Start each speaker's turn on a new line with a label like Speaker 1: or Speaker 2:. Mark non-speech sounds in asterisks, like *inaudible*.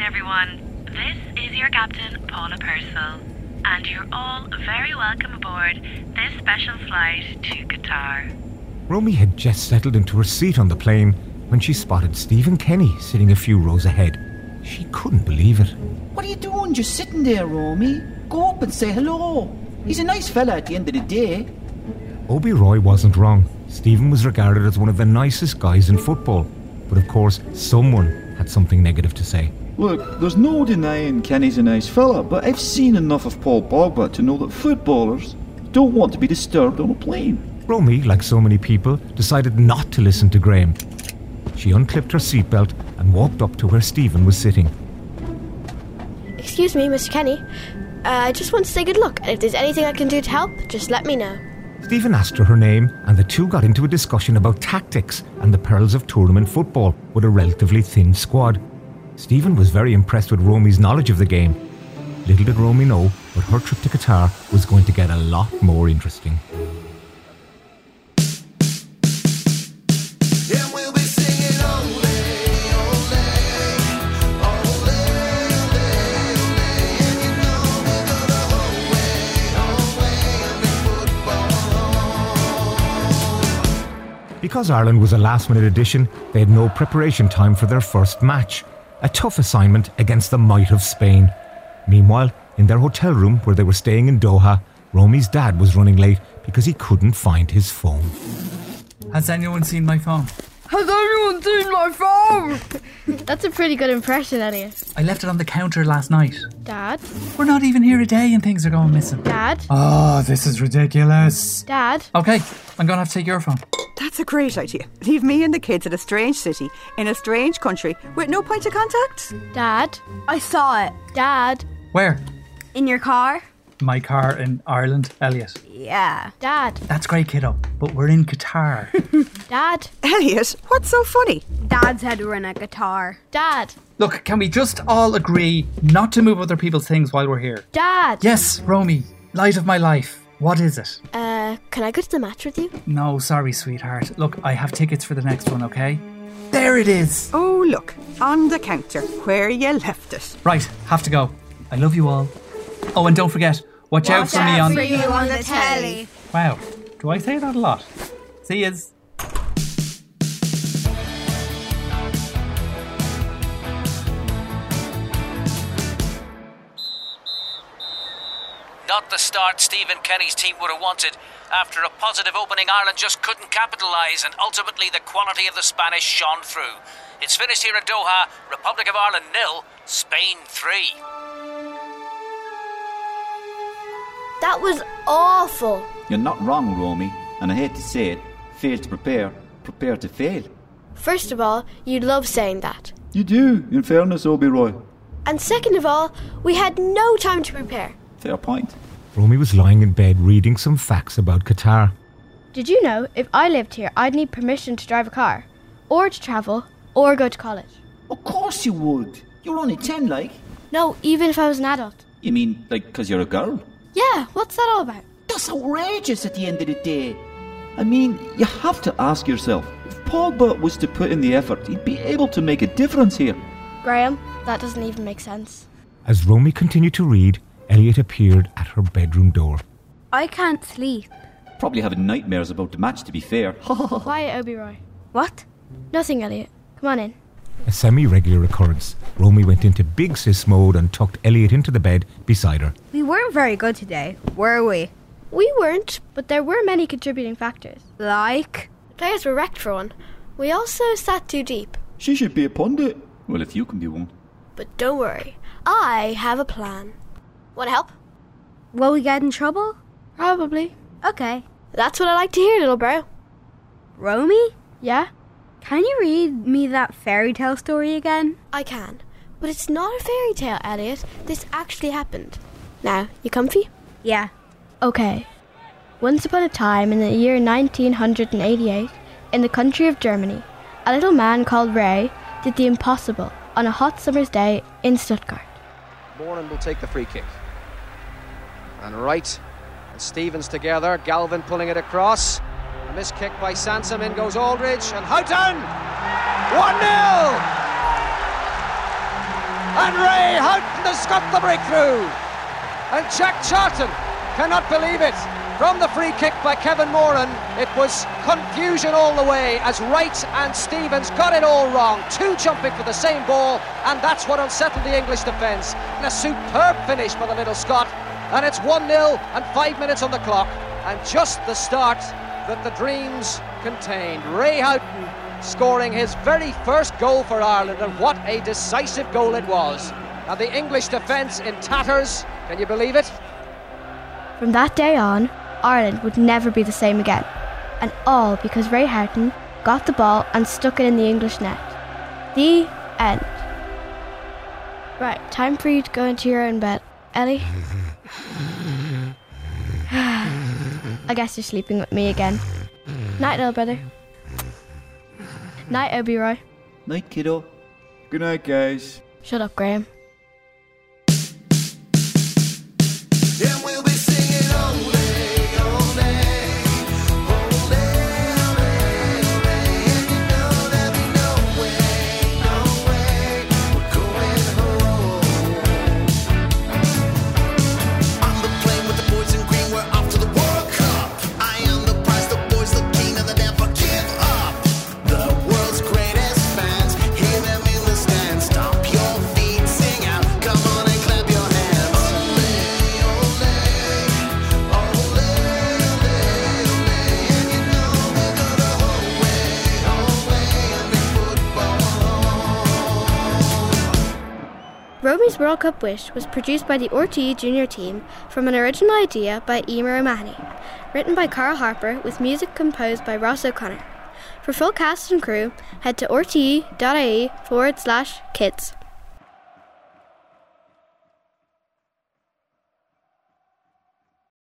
Speaker 1: everyone. This is your captain, Paula Purcell, and you're all very welcome aboard this special flight to Qatar.
Speaker 2: Romy had just settled into her seat on the plane when she spotted Stephen Kenny sitting a few rows ahead. She couldn't believe it.
Speaker 3: What are you doing just sitting there, Romy? Go up and say hello. He's a nice fella at the end of the day.
Speaker 2: Obi Roy wasn't wrong. Stephen was regarded as one of the nicest guys in football. But of course, someone had something negative to say.
Speaker 4: Look, there's no denying Kenny's a nice fella, but I've seen enough of Paul Pogba to know that footballers don't want to be disturbed on a plane.
Speaker 2: Romy, like so many people, decided not to listen to Graham. She unclipped her seatbelt and walked up to where Stephen was sitting.
Speaker 5: Excuse me, Mr. Kenny. Uh, I just want to say good luck, and if there's anything I can do to help, just let me know.
Speaker 2: Stephen asked her her name, and the two got into a discussion about tactics and the perils of tournament football with a relatively thin squad. Stephen was very impressed with Romy's knowledge of the game. Little did Romy know, but her trip to Qatar was going to get a lot more interesting.
Speaker 6: And we'll be singing ole, ole, ole, ole, ole. And you know we're gonna ole, ole, ole football.
Speaker 2: Because Ireland was a last minute addition, they had no preparation time for their first match. A tough assignment against the might of Spain. Meanwhile, in their hotel room where they were staying in Doha, Romy's dad was running late because he couldn't find his phone.
Speaker 7: Has anyone seen my phone?
Speaker 8: Has anyone seen my phone?
Speaker 5: That's a pretty good impression, anyway.
Speaker 7: I left it on the counter last night.
Speaker 5: Dad?
Speaker 7: We're not even here a day and things are going missing.
Speaker 5: Dad?
Speaker 7: Oh, this is ridiculous.
Speaker 5: Dad?
Speaker 7: Okay, I'm gonna have to take your phone.
Speaker 8: That's a great idea. Leave me and the kids in a strange city, in a strange country, with no point of contact.
Speaker 5: Dad?
Speaker 9: I saw it.
Speaker 5: Dad?
Speaker 7: Where?
Speaker 9: In your car?
Speaker 7: My car in Ireland, Elliot.
Speaker 9: Yeah.
Speaker 5: Dad?
Speaker 7: That's great, kiddo, but we're in *laughs* Qatar.
Speaker 5: Dad?
Speaker 8: Elliot, what's so funny?
Speaker 9: Dad's head were in a guitar.
Speaker 5: Dad?
Speaker 7: Look, can we just all agree not to move other people's things while we're here?
Speaker 5: Dad?
Speaker 7: Yes, Romy, light of my life. What is it?
Speaker 5: Uh, can I go to the match with you?
Speaker 7: No, sorry, sweetheart. Look, I have tickets for the next one, okay? There it is!
Speaker 8: Oh, look, on the counter where you left it.
Speaker 7: Right, have to go. I love you all. Oh, and don't forget, watch, out for me on.
Speaker 9: you on the telly.
Speaker 7: Wow, do I say that a lot? See yous.
Speaker 10: Not the start Stephen Kenny's team would have wanted. After a positive opening, Ireland just couldn't capitalise, and ultimately the quality of the Spanish shone through. It's finished here in Doha Republic of Ireland nil, Spain 3.
Speaker 5: That was awful.
Speaker 4: You're not wrong, Romy, and I hate to say it, fail to prepare, prepare to fail.
Speaker 5: First of all, you love saying that.
Speaker 4: You do, in fairness, Obi-Roy.
Speaker 5: And second of all, we had no time to prepare.
Speaker 4: Fair point.
Speaker 2: Romy was lying in bed reading some facts about Qatar.
Speaker 5: Did you know if I lived here, I'd need permission to drive a car, or to travel, or go to college?
Speaker 3: Of course you would. You're only 10, like.
Speaker 5: No, even if I was an adult.
Speaker 4: You mean, like, because you're a girl?
Speaker 5: Yeah, what's that all about?
Speaker 3: That's outrageous at the end of the day.
Speaker 4: I mean, you have to ask yourself, if Pogba was to put in the effort, he'd be able to make a difference here.
Speaker 5: Graham, that doesn't even make sense.
Speaker 2: As Romy continued to read, Elliot appeared at her bedroom door.
Speaker 9: I can't sleep.
Speaker 4: Probably having nightmares about the match, to be fair. *laughs*
Speaker 5: Quiet, Obi Roy.
Speaker 9: What?
Speaker 5: Nothing, Elliot. Come on in.
Speaker 2: A semi regular occurrence, Romy went into big sis mode and tucked Elliot into the bed beside her.
Speaker 9: We weren't very good today, were we?
Speaker 5: We weren't, but there were many contributing factors.
Speaker 9: Like?
Speaker 5: The players were wrecked for one. We also sat too deep.
Speaker 4: She should be a pundit. Well, if you can be one.
Speaker 5: But don't worry, I have a plan. Want to help?
Speaker 9: Will we get in trouble?
Speaker 5: Probably.
Speaker 9: Okay.
Speaker 5: That's what I like to hear, little bro.
Speaker 9: Romy?
Speaker 5: Yeah?
Speaker 9: Can you read me that fairy tale story again?
Speaker 5: I can. But it's not a fairy tale, Elliot. This actually happened. Now, you comfy?
Speaker 9: Yeah.
Speaker 5: Okay. Once upon a time in the year 1988, in the country of Germany, a little man called Ray did the impossible on a hot summer's day in Stuttgart.
Speaker 11: Moran will take the free kick. And right, and Stevens together, Galvin pulling it across. A missed kick by Sansom, in goes Aldridge, and Houghton! 1 0! And Ray Houghton has got the breakthrough. And Jack Charlton cannot believe it. From the free kick by Kevin Moran, it was confusion all the way as Wright and Stevens got it all wrong. Two jumping for the same ball, and that's what unsettled the English defence. And a superb finish by the little Scot. And it's 1 0 and five minutes on the clock. And just the start that the dreams contained. Ray Houghton scoring his very first goal for Ireland, and what a decisive goal it was. And the English defence in tatters. Can you believe it?
Speaker 5: From that day on, Ireland would never be the same again. And all because Ray Houghton got the ball and stuck it in the English net. The end. Right, time for you to go into your own bed. Ellie? *sighs* I guess you're sleeping with me again. Night, little brother. Night, Obi Roy.
Speaker 4: Night, kiddo. Good night, guys.
Speaker 5: Shut up, Graham.
Speaker 6: And we'll be singing ole, ole, ole, ole, ole. And you know there'll be no way, no way we're going home. On the plane with the boys in green, we're off to the World Cup. I am the prize, the boys the king, and they never give up. The world's greatest fans, hear them in the stands. Stomp your feet, sing out, come on and clap your hands.
Speaker 5: Romy's World Cup Wish was produced by the RTE Junior team from an original idea by Emer O'Mahony, written by Carl Harper with music composed by Ross O'Connor. For full cast and crew, head to rte.ie forward slash kids.